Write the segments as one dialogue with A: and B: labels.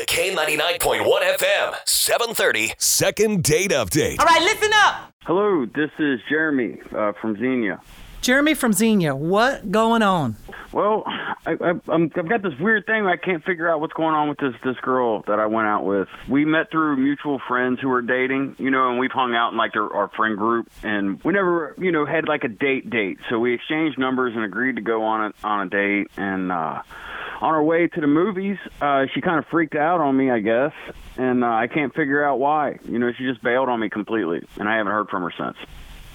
A: K99.1 FM, 730.
B: Second date update.
C: All right, listen up.
D: Hello, this is Jeremy uh, from Xenia.
C: Jeremy from Xenia, what going on?
D: Well, I, I, I'm, I've got this weird thing. I can't figure out what's going on with this this girl that I went out with. We met through mutual friends who were dating, you know, and we've hung out in like their, our friend group, and we never, you know, had like a date date. So we exchanged numbers and agreed to go on a, on a date. And uh, on our way to the movies, uh, she kind of freaked out on me, I guess, and uh, I can't figure out why. You know, she just bailed on me completely, and I haven't heard from her since.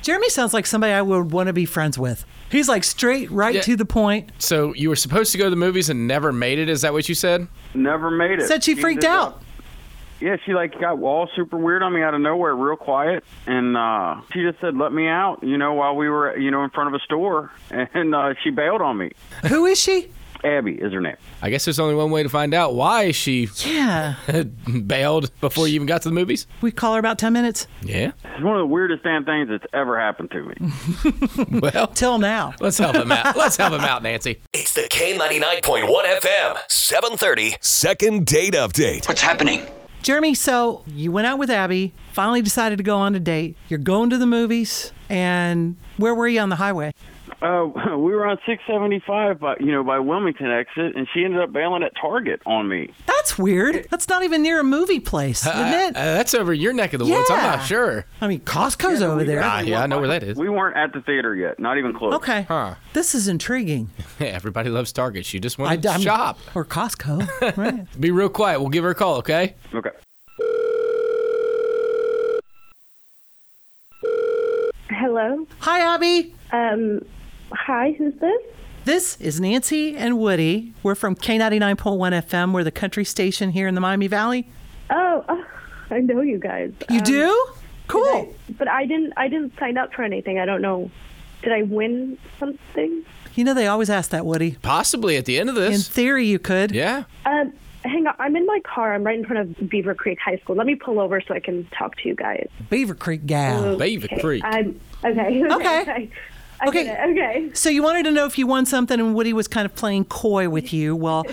C: Jeremy sounds like somebody I would want to be friends with. He's like straight, right
E: Yeah.
C: to the point.
E: So you were supposed to go to the movies and never made it. Is that what you said?
D: Never made it.
C: Said she freaked
D: just-
C: out.
D: Yeah, she like got all super weird on me out of nowhere, real quiet, and uh, she just said, "Let me out," you know, while we were, you know, in front of a store, and uh, she bailed on me.
C: Who is she?
D: Abby is her name.
E: I guess there's only one way to find out why she
C: Yeah.
E: bailed before you even got to the movies.
C: We call her about 10 minutes.
E: Yeah.
D: It's one of the weirdest damn things that's ever happened to me.
E: Well,
C: Till now.
E: let's help him out. Let's help him out, Nancy.
A: It's the K99.1 FM, 730.
B: Second date update.
F: What's happening?
C: Jeremy, so you went out with Abby, finally decided to go on a date. You're going to the movies, and where were you on the highway?
D: Uh, we were on 675, by, you know, by Wilmington exit, and she ended up bailing at Target on me.
C: That's weird. That's not even near a movie place,
E: Uh,
C: isn't it?
E: that's over your neck of the woods. I'm
C: Yeah.
E: not sure.
C: I mean, Costco's over there.
E: Ah, yeah, I know where that is.
D: We weren't at the theater yet, not even close.
C: Okay.
E: Huh.
C: This is intriguing.
E: Yeah, everybody loves Target. She just
C: I-
E: went to
C: I'm-
E: shop.
C: Or Costco. Right.
E: Be real quiet. We'll give her a call, okay?
D: Okay.
G: Hello.
C: Hi, Abby.
G: Um, hi, who's this?
C: This is Nancy and Woody. We're from K99.1 FM. We're the country station here in the Miami Valley.
G: Oh, oh, I know you guys.
C: You
G: Um,
C: do?
G: did I-
C: Cool.
G: but I didn't. I didn't sign up for anything. I don't know. Did I win something?
C: You know, they always ask that, Woody.
E: Possibly at the end of
C: In
E: this.
C: theory, you could.
E: yeah.
G: Um, hang on. I'm in my car. I'm right in front of Beaver Creek High School. Let me pull over so I can talk to you guys.
C: Beaver Creek gal.
E: Baby Creek.
G: I'm okay. Okay.
C: Okay.
G: Okay. I
C: Okay.
G: get it, okay.
C: So you wanted to know if you won something, and Woody was kind of playing coy with you. Well,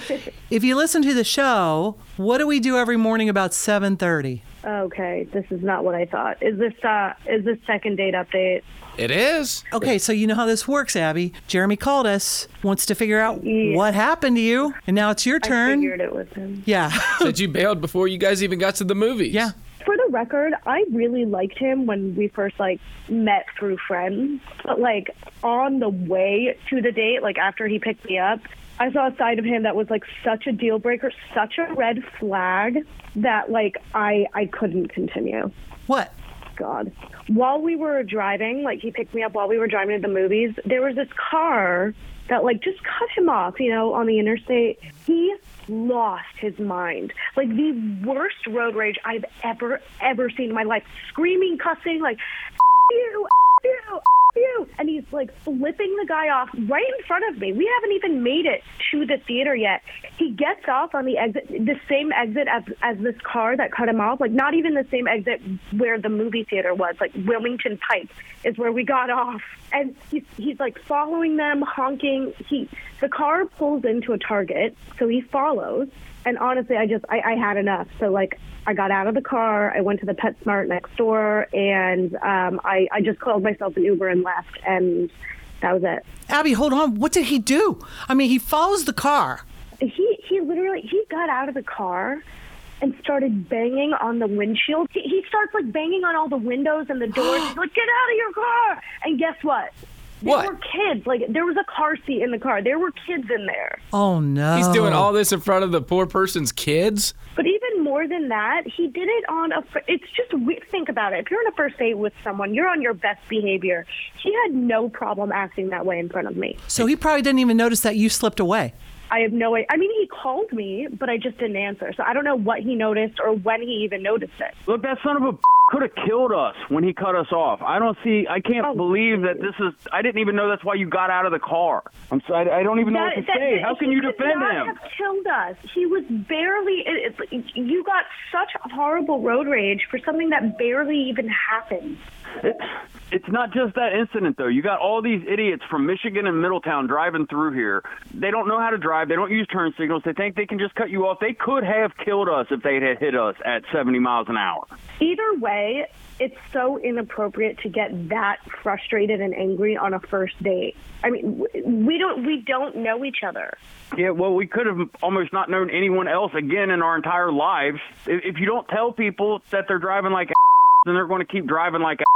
C: if you listen to the show, what do we do every morning about 7:30?
G: Okay. This is not what I thought. Is this uh? Is this second date update?
E: It is.
C: Okay, so you know how this works, Abby. Jeremy called us, wants to figure out
G: Yeah.
C: what happened to you, and now it's your
G: I
C: turn.
G: figured it was him.
C: Yeah.
E: Said you bailed before you guys even got to the movies.
C: Yeah.
G: For the record, I really liked him when we first like met through friends. But like on the way to the date, like after he picked me up, I saw a side of him that was like such a deal breaker, such a red flag that like I I couldn't continue.
C: what?
G: God. While we were driving, like he picked me up while we were driving to the movies, there was this car that like just cut him off, you know, on the interstate. He lost his mind. Like the worst road rage I've ever, ever seen in my life. Screaming, cussing, like "F- you, F- you, F- you and he's like flipping the guy off right in front of me. We haven't even made it to the theater yet. He gets off on the exit, the same exit as, as this car that cut him off. Like not even the same exit where the movie theater was. Like Wilmington Pike is where we got off, and he's he's like following them, honking. He the car pulls into a Target, so he follows. And honestly, I just I, I had enough. So like I got out of the car, I went to the PetSmart next door, and um, I I just called myself an Uber and left, and that was it.
C: Abby, hold on. What did he do? I mean, he follows the car.
G: He he literally he got out of the car and started banging on the windshield. He, he starts like banging on all the windows and the doors. He's like, "Get out of your car!" And guess what? There
E: What?
G: were kids. Like there was a car seat in the car. There were kids in there.
C: Oh no.
E: He's doing all this in front of the poor person's kids.
G: But even more than that, he did it on a. fir- It's just we- think about it. If you're on a first date with someone, you're on your best behavior. He had no problem acting that way in front of me.
C: So he probably didn't even notice that you slipped away.
G: I have no way. I mean, he called me, but I just didn't answer. So I don't know what he noticed or when he even noticed it.
D: Look, that son of a could have killed us when he cut us off. I don't see. I can't
G: Oh.
D: believe that this is. I didn't even know that's why you got out of the car. I'm sorry. I don't even know what to say. How can
G: he
D: you
G: could
D: defend
G: not
D: him?
G: Have killed us. He was barely. It, it, you got such horrible road rage for something that barely even happened.
D: It, it's not just that incident, though. You got all these idiots from Michigan and Middletown driving through here. They don't know how to drive. They don't use turn signals. They think they can just cut you off. They could have killed us if they had hit us at 70 miles an hour.
G: Either way, it's so inappropriate to get that frustrated and angry on a first date. I mean, w- we don't we don't know each other.
D: Yeah, well, we could have almost not known anyone else again in our entire lives. If, if you don't tell people that they're driving like a then they're going to keep driving like a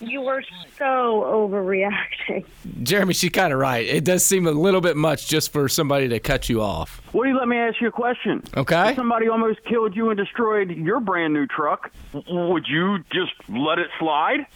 G: You were so overreacting.
E: Jeremy, she's kind of right. It does seem a little bit much just for somebody to cut you off.
D: Woody, let me ask you a question.
E: Okay.
D: If somebody almost killed you and destroyed your brand new truck, w- would you just let it slide?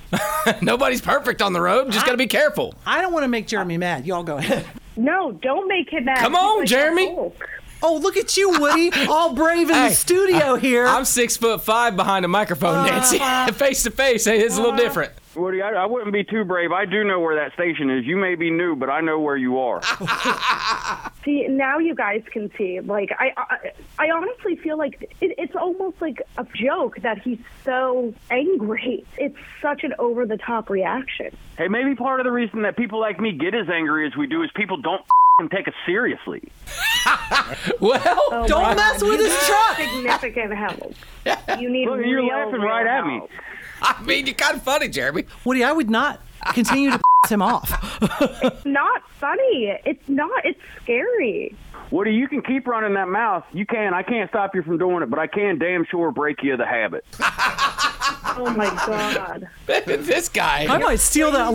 E: Nobody's perfect on the road. Just got to be careful.
C: I don't want to make Jeremy mad. Y'all go ahead.
G: No, don't make him mad.
E: Come
G: He's
E: on,
G: like
E: Jeremy.
G: the Hulk.
C: Oh, look at you, Woody, all brave in
E: Hey,
C: the studio here.
E: I'm six foot five behind a microphone, Nancy. face to face, hey, it's a little different.
D: Woody, I, I wouldn't be too brave. I do know where that station is. You may be new, but I know where you are.
G: See, now you guys can see. Like, I, I, I honestly feel like it, it's almost like a joke that he's so angry. It's such an over the top reaction.
D: hey, maybe part of the reason that people like me get as angry as we do is people don't f***ing take us seriously.
E: Well,
C: Don't
G: my
C: mess
G: God,
C: with
G: you
C: his
G: need
C: truck.
G: Significant help. You need.
D: Look, you're
G: real,
D: laughing
G: real
D: right at me.
G: help.
E: I mean, you're kind of funny, Jeremy.
C: Woody, I would not continue to piss him off.
G: Not funny. It's not. It's scary.
D: Woody, you can keep running that mouth. You can. I can't stop you from doing it, but I can damn sure break you of the habit.
G: Oh my god.
E: this guy.
C: I might steal that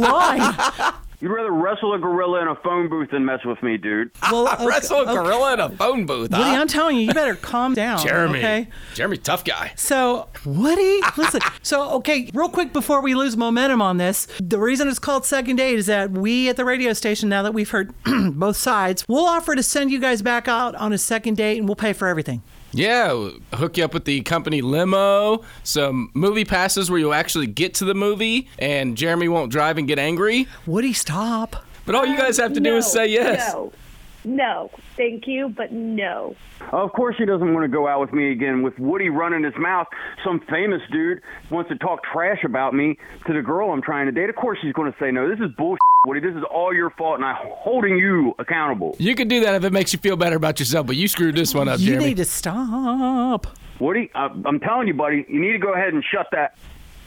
C: line.
D: You'd rather wrestle a gorilla in a phone booth than mess with me, dude.
C: Well, okay,
E: Wrestle a
C: okay. Woody,
E: gorilla in a phone booth. huh?
C: I'm telling you, you better calm down.
E: Jeremy.
C: Okay.
E: Jeremy, tough guy.
C: So, Woody, listen. So, okay, real quick before we lose momentum on this, the reason it's called Second Date is that we at the radio station, now that we've heard both sides, we'll offer to send you guys back out on a second date and we'll pay for everything.
E: Yeah, we'll hook you up with the company limo, some movie passes where you'll actually get to the movie, and Jeremy won't drive and get angry.
C: Woody, stop.
E: But all you guys have to do
G: No,
E: is say yes.
G: No. No. Thank you, but no.
D: Of course, he doesn't want to go out with me again. With Woody running his mouth, some famous dude wants to talk trash about me to the girl I'm trying to date. Of course, she's going to say no. This is bullshit, Woody. This is all your fault, and I'm holding you accountable.
E: You can do that if it makes you feel better about yourself, but you screwed this one up,
C: You
E: Jeremy.
C: need to stop.
D: Woody, I, I'm telling you, buddy, you need to go ahead and shut that.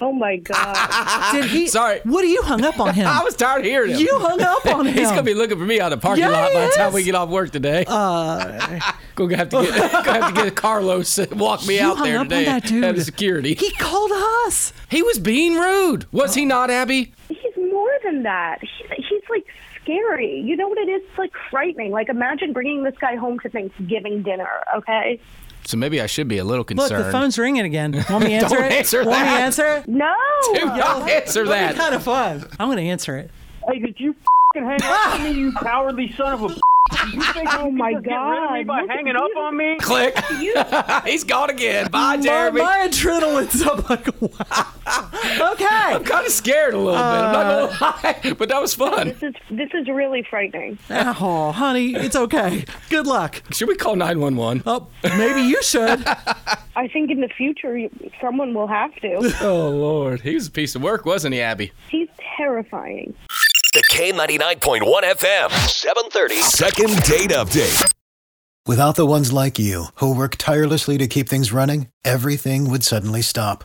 G: Oh my god.
C: Did he?
E: sorry.
C: Woody, you hung up on him.
E: I was tired of hearing him.
C: you hung up on him.
E: He's gonna be looking for me out of the parking
C: Yeah,
E: lot
C: he
E: by the time
C: is.
E: we get off work today. Uh, gonna have to get gonna have to get Carlos to walk me
C: You
E: out
C: hung
E: there
C: up on
E: today
C: that dude.
E: out of security.
C: He called us.
E: He was being rude, was he not, Abby?
G: He's more than that. He's, he's like scary. You know what it is? It's like frightening. Like imagine bringing this guy home to Thanksgiving dinner. Okay.
E: So maybe I should be a little
C: Look,
E: concerned.
C: the phone's ringing again. Want me to answer
E: Don't
C: it?
E: answer
C: Want me to
E: that.
C: answer it?
G: No.
E: Do not answer
C: That'd
E: that.
C: be kind of fun. I'm going to answer it.
D: Hey, did you f***ing hang up on me, you cowardly son of a? b- You think you
G: Oh
D: can
G: my
D: just Get rid of me
G: God,
D: by
G: look at
D: hanging up
G: you.
D: on me?
E: Click. He's gone again. Bye, Ah, Jeremy.
C: My, my adrenaline's up like wow. Okay.
E: Kind of scared a little bit. I'm
C: Uh,
E: not gonna lie, but that was fun.
G: This is this is really frightening.
C: Oh, honey, it's okay. Good luck.
E: Should we call 911?
C: Oh, maybe you should.
G: I think in the future you- someone will have to.
E: Oh Lord, he was a piece of work, wasn't he, Abby?
G: He's terrifying.
A: The K99.1 FM, 730.
B: Second date update.
F: Without the ones like you, who work tirelessly to keep things running, everything would suddenly stop.